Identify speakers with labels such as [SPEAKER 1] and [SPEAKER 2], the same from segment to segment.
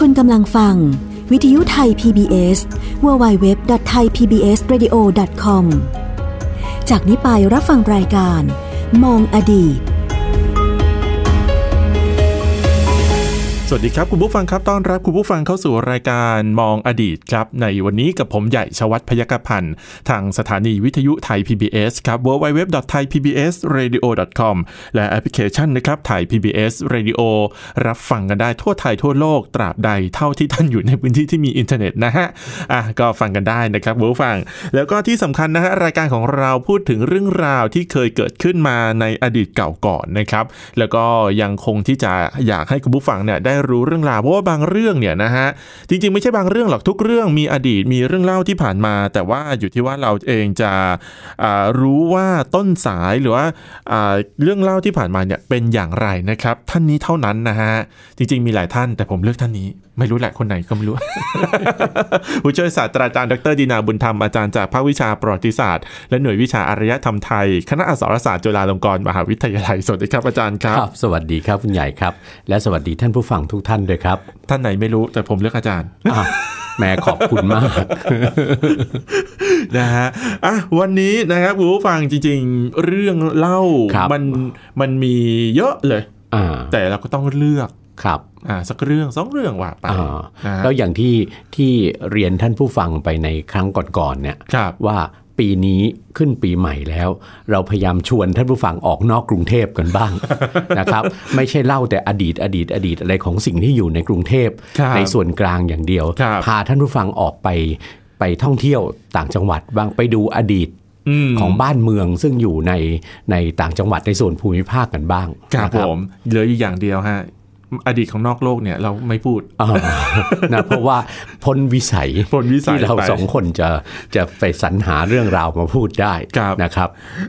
[SPEAKER 1] คุณกำลังฟัง วิทยุไทย PBS www.thaipbsradio.com จากนี้ไปรับฟังรายการ มองอดีต
[SPEAKER 2] สวัสดีครับ คุณผู้ฟังครับต้อนรับคุณผู้ฟังเข้าสู่รายการมองอดีตครับ ในวันนี้กับผมใหญ่ชวัฒน์พยกพันธ์ทางสถานีวิทยุไทย PBS ครับ www.thaipbsradio.com และแอปพลิเคชันนะครับไทย PBS Radio รับฟังกันได้ทั่วไทยทั่วโลกตราบใดเท่าที่ท่านอยู่ในพื้นที่ที่มีอินเทอร์เน็ตนะฮะอ่ะก็ฟังกันได้นะครับคุณผู้ฟัง แล้วก็ที่สำคัญนะฮะรายการของเราพูดถึงเรื่องราวที่เคยเกิดขึ้นมาในอดีตเก่าก่อนนะครับ แล้วก็ยังคงที่จะอยากให้คุณผู้ฟังเนี่ยได้รู้เรื่องราวเพราะว่าบางเรื่องเนี่ยนะฮะจริงๆไม่ใช่บางเรื่องหรอกทุกเรื่องมีอดีตมีเรื่องเล่าที่ผ่านมา แต่ว่าอยู่ที่ว่าเราเองจะอ่ารู้ว่าต้นสายหรือว่าอ่าเรื่องเล่าที่ผ่านมาเนี่ยเป็นอย่างไรนะครับ ท่านนี้เท่านั้นนะฮะจริง ๆ มีหลายท่านแต่ผมเลือกท่านนี้ ไม่รู้แหละคนไหนก็ไม่รู้ ผู้ช่วยศาสตราจารย์ดรดีนาบุญธรรมอาจารย์จากภาควิชาประวัติศาสตร์ และหน่วยวิชาอารยธรรมไทย คณะอักษรศาสตร์จุฬาลงกรณ์มหาวิทยาลัยสวัสดีครับอาจารย์ครับ
[SPEAKER 3] ครับสวัสดีครับคุณใหญ่ครับ และสวัสดีท่านผู้ฟังทุกท่านด้วยครับ
[SPEAKER 2] ท่านไหนไม่รู้แต่ผมเลือกอาจารย์
[SPEAKER 3] อ้าวแหมขอบคุณมาก
[SPEAKER 2] นะฮะอ่ะวันนี้นะครับคุณผู้ฟังจริงๆ เรื่องเล่า
[SPEAKER 3] ครับ
[SPEAKER 2] มันมันมีเยอะเลย
[SPEAKER 3] อ่า
[SPEAKER 2] แต่เราก็ต้องเลือก
[SPEAKER 3] ครับ
[SPEAKER 2] อ่าสักเรื่องสองเรื่องว่าไป
[SPEAKER 3] อ่า
[SPEAKER 2] นะฮะ
[SPEAKER 3] แล้วอย่างที่ที่เรียนท่านผู้ฟังไปในครั้งก่อนๆเนี่ย
[SPEAKER 2] ครับ
[SPEAKER 3] ว่าปีนี้ขึ้นปีใหม่แล้ว เราพยายามชวนท่านผู้ฟังออกนอกกรุงเทพกันบ้าง นะครับไม่ใช่เล่าแต่อดีตอดีตอดีตอะไรของสิ่งที่อยู่ในกรุงเทพ
[SPEAKER 2] ครับ
[SPEAKER 3] ในส่วนกลางอย่างเดียว
[SPEAKER 2] ครับ
[SPEAKER 3] พาท่านผู้ฟังออกไปไปท่องเที่ยวต่างจังหวัดบ้างไปดูอดีต
[SPEAKER 2] อืม
[SPEAKER 3] ของบ้านเมืองซึ่งอยู่ในในต่างจังหวัดในส่วนภูมิภาคกันบ้าง
[SPEAKER 2] ครับ
[SPEAKER 3] นะ
[SPEAKER 2] ผมเหลืออยู่อย่างเดียวฮะอดีตของนอกโลกเนี่ยเราไม่พูด
[SPEAKER 3] อ่า นะเพราะว่าพ้นวิสัย
[SPEAKER 2] พ้นวิสัย
[SPEAKER 3] ที่เรา
[SPEAKER 2] ไป
[SPEAKER 3] สองคนจะจะไปสรรหาเรื่องราวมาพูดได้
[SPEAKER 2] ครับ
[SPEAKER 3] นะครับ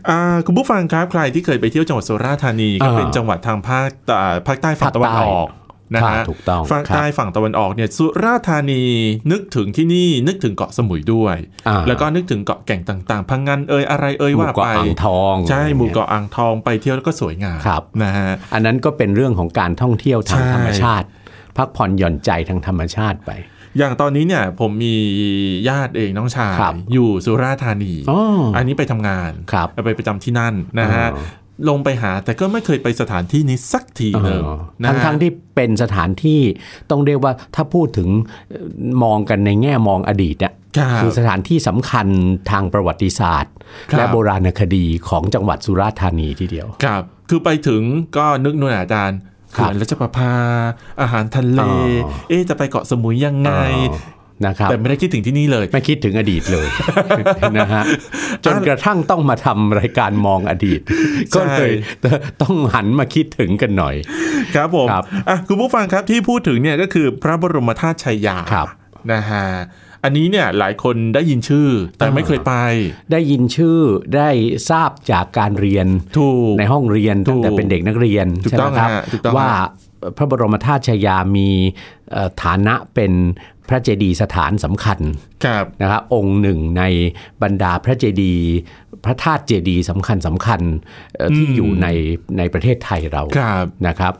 [SPEAKER 2] อ่าคุณผู้ฟังครับใครที่เคยไปเที่ยวจังหวัดสุราษฎร์ธานีก็
[SPEAKER 3] อ่า
[SPEAKER 2] เป็นจังหวัดทางภาคตะภาคใต้ฝั่งตะวันออกนะ
[SPEAKER 3] ครั
[SPEAKER 2] ฮะ
[SPEAKER 3] บถูกต้อง
[SPEAKER 2] ฝั่ง
[SPEAKER 3] ครับ
[SPEAKER 2] ใต้ฝั่งตะวันออกเนี่ยสุราษฎร์ธานีนึกถึงที่นี่นึกถึงเกาะสมุยด้วย
[SPEAKER 3] อ่า
[SPEAKER 2] แล้วก็นึกถึงเกาะแก่งต่างๆ พังงันเอยอะไรเอย
[SPEAKER 3] หมู่
[SPEAKER 2] ว่า
[SPEAKER 3] เกาะ
[SPEAKER 2] ไป
[SPEAKER 3] อ่างทอง
[SPEAKER 2] ใช่หมู่
[SPEAKER 3] อะไรงี้ย
[SPEAKER 2] เกาะอ่างทองไปเที่ยวแล้วก็สวยงาม
[SPEAKER 3] ครับ
[SPEAKER 2] นะฮะ
[SPEAKER 3] อันนั้นก็เป็นเรื่องของการท่องเที่ยวทาง
[SPEAKER 2] ใช่
[SPEAKER 3] ธรรมชาติ พักผ่อนหย่อนใจทางธรรมชาติไป
[SPEAKER 2] อย่างตอนนี้เนี่ยผมมีญาติเองน้องชาย
[SPEAKER 3] ครับ
[SPEAKER 2] อยู่สุราษฎร์ธานี
[SPEAKER 3] อ๋ออั
[SPEAKER 2] นนี้ไปทำงาน
[SPEAKER 3] ครับ
[SPEAKER 2] ไปประจำที่นั่นนะฮะ
[SPEAKER 3] อ๋อ
[SPEAKER 2] ลงไปหาแต่ก็ไม่เคยไปสถานที่นี้สักทีหนึ่งนะ
[SPEAKER 3] ทั้ง
[SPEAKER 2] ฮะ
[SPEAKER 3] ทั้งๆที่เป็นสถานที่ต้องเรียกว่าถ้าพูดถึงเอ่อมองกันในแง่มองอดีตเนี่ย
[SPEAKER 2] ครับ
[SPEAKER 3] คือสถานที่สำคัญทางประวัติศาสตร์
[SPEAKER 2] ครับ
[SPEAKER 3] และโบราณคดีของจังหวัดสุราษฎร์ธานีทีเดียว
[SPEAKER 2] ครับ คือไปถึงก็นึกนู่นอาจารย์
[SPEAKER 3] ครั
[SPEAKER 2] เขื่
[SPEAKER 3] บ
[SPEAKER 2] อนรัชประภา อาหารทะเล
[SPEAKER 3] อ๋อ
[SPEAKER 2] เอ๊ะจะไปเกาะสมุยยังไง
[SPEAKER 3] อ๋อนะครับ
[SPEAKER 2] แต่ไม่ได้คิดถึงที่นี่เลย
[SPEAKER 3] ไม่คิดถึงอดีต เลย นะฮะจนกระทั่งต้องมาทำรายการมองอดีต ก็เลยต้องหันมาคิดถึงกันหน่อย
[SPEAKER 2] ครับผม
[SPEAKER 3] ครับ
[SPEAKER 2] อ่ะคุณผู้ฟังครับที่พูดถึงเนี่ยก็คือพระบรมธาตุชัยยา
[SPEAKER 3] ครับ
[SPEAKER 2] นะฮะ อันนี้เนี่ยหลายคนได้ยินชื่อ แต่ไม่เคยไป
[SPEAKER 3] ได้ยินชื่อได้ทราบจากการเรียน
[SPEAKER 2] ถูก
[SPEAKER 3] ในห้องเรียนตั้งแต่
[SPEAKER 2] ถูก
[SPEAKER 3] เป็นเด็กนักเรียน
[SPEAKER 2] ถูก
[SPEAKER 3] ใช่ไห
[SPEAKER 2] ต้
[SPEAKER 3] ม
[SPEAKER 2] อง
[SPEAKER 3] ครับ
[SPEAKER 2] ฮะถูกต้อง
[SPEAKER 3] ว่าพระบรมธาตุชายามีเอ่อฐานะเป็นพระเจดีย์สถานสำคัญ
[SPEAKER 2] ครับ
[SPEAKER 3] นะครับองค์หนึ่งในบรรดาพระเจดีย์พระธาตุเจดีย์สำคัญสำคัญเอ่ออที่อยู่ในในประเทศไทยเรา
[SPEAKER 2] ครับ
[SPEAKER 3] นะครับ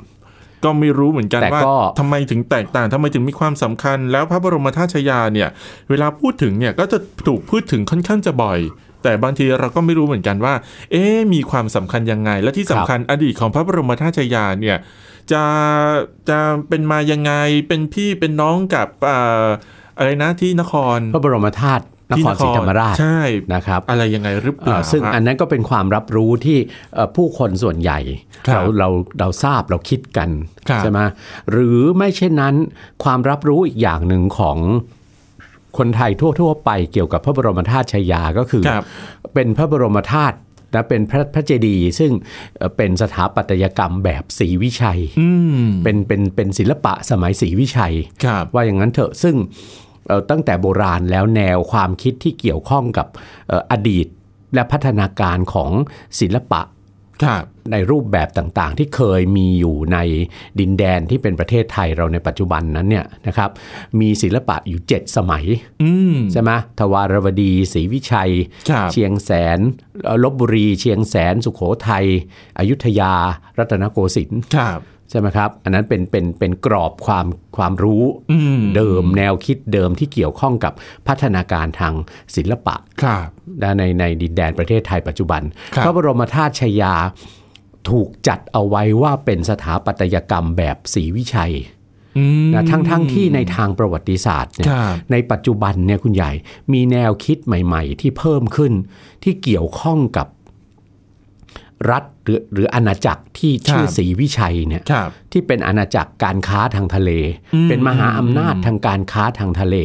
[SPEAKER 2] ก็ไม่รู้เหมือนกัน
[SPEAKER 3] แต่
[SPEAKER 2] ว่า
[SPEAKER 3] ก็
[SPEAKER 2] ทำไมถึงแตกต่างทำไมถึงมีความสำคัญ แล้วพระบรมธาตุชายาเนี่ย เวลาพูดถึงเนี่ยก็จะถูกพูดถึงค่อนข้างจะบ่อย แต่บางทีเราก็ไม่รู้เหมือนกันว่า เอ๊ะมีความสำคัญยังไง และที่สำคัญอดีตของพระบรมธาตุชายาเนี่ยจะจะเป็นมายังไงเป็นพี่เป็นน้องกับอ่าอะไรนะที่นคร
[SPEAKER 3] พระบรมธาตุน
[SPEAKER 2] ที่
[SPEAKER 3] ครศรีธรรมราช
[SPEAKER 2] ใช่
[SPEAKER 3] นะครับ
[SPEAKER 2] อะไรยังไงหรือเป
[SPEAKER 3] อ่า
[SPEAKER 2] ล่า
[SPEAKER 3] ซึ่งอัน
[SPEAKER 2] ฮะ
[SPEAKER 3] นั้นก็เป็นความรับรู้ที่เอ่อผู้คนส่วนใหญ่
[SPEAKER 2] ครับ
[SPEAKER 3] เราเราเราทราบเราคิดกัน
[SPEAKER 2] ครับ
[SPEAKER 3] ใช่ไหมหรือไม่เช่นนั้นความรับรู้อีกอย่างหนึ่งของคนไทยทั่ว ๆ ไปเกี่ยวกับพระบรมธาตุชายาก็คือ
[SPEAKER 2] ครับ
[SPEAKER 3] เป็นพระบรมธาตุนะเป็นพระพระเจดีย์ซึ่งเอ่อเป็นสถาปัตยกรรมแบบศรีวิชัย
[SPEAKER 2] อืม
[SPEAKER 3] เป็นเป็นเป็นศิลปะสมัยศรีวิชัย
[SPEAKER 2] ครับ
[SPEAKER 3] ว่าอย่างนั้นเถอะซึ่งเอ่อตั้งแต่โบราณแล้วแนวความคิดที่เกี่ยวข้องกับเอ่ออดีตและพัฒนาการของศิลปะ
[SPEAKER 2] ครับ
[SPEAKER 3] ในรูปแบบต่างๆ ที่เคยมีอยู่ในดินแดนที่เป็นประเทศไทยเราในปัจจุบันนั้นเนี่ยนะครับมีศิลปะอยู่ 7 สมัย
[SPEAKER 2] อืม
[SPEAKER 3] ใช่ไหมทวารวดีศรีวิชัย
[SPEAKER 2] ครับ
[SPEAKER 3] เชียงแสนเอ่อลบบุรี เชียงแสน สุโขทัยอยุธยา รัตนโกสินทร์
[SPEAKER 2] ครับ
[SPEAKER 3] ใช่ไหมครับ อันนั้นเป็นเป็นเป็นกรอบความความรู้
[SPEAKER 2] อืม
[SPEAKER 3] เดิมแนวคิดเดิมที่เกี่ยวข้องกับพัฒนาการทางศิลปะ
[SPEAKER 2] ครับ
[SPEAKER 3] ในในในดินแดนประเทศไทยปัจจุบัน
[SPEAKER 2] ครับ
[SPEAKER 3] พระบรมธาตุชยาถูกจัดเอาไว้ว่าเป็นสถาปัตยกรรมแบบศรีวิชัยนะทั้งทั้งที่ในทางประวัติศาสตร์เนี่ย
[SPEAKER 2] ครับ
[SPEAKER 3] ในปัจจุบันเนี่ยคุณใหญ่มีแนวคิดใหม่ ๆ ที่เพิ่มขึ้นที่เกี่ยวข้องกับรัฐหรือหรืออาณาจักรที่ชื่อศรีวิชัยเนี่ย
[SPEAKER 2] ครับ
[SPEAKER 3] ที่เป็นอาณาจักรการค้าทางทะเล
[SPEAKER 2] อืม
[SPEAKER 3] เป็นมหาอำนาจทางการค้าทางทะเล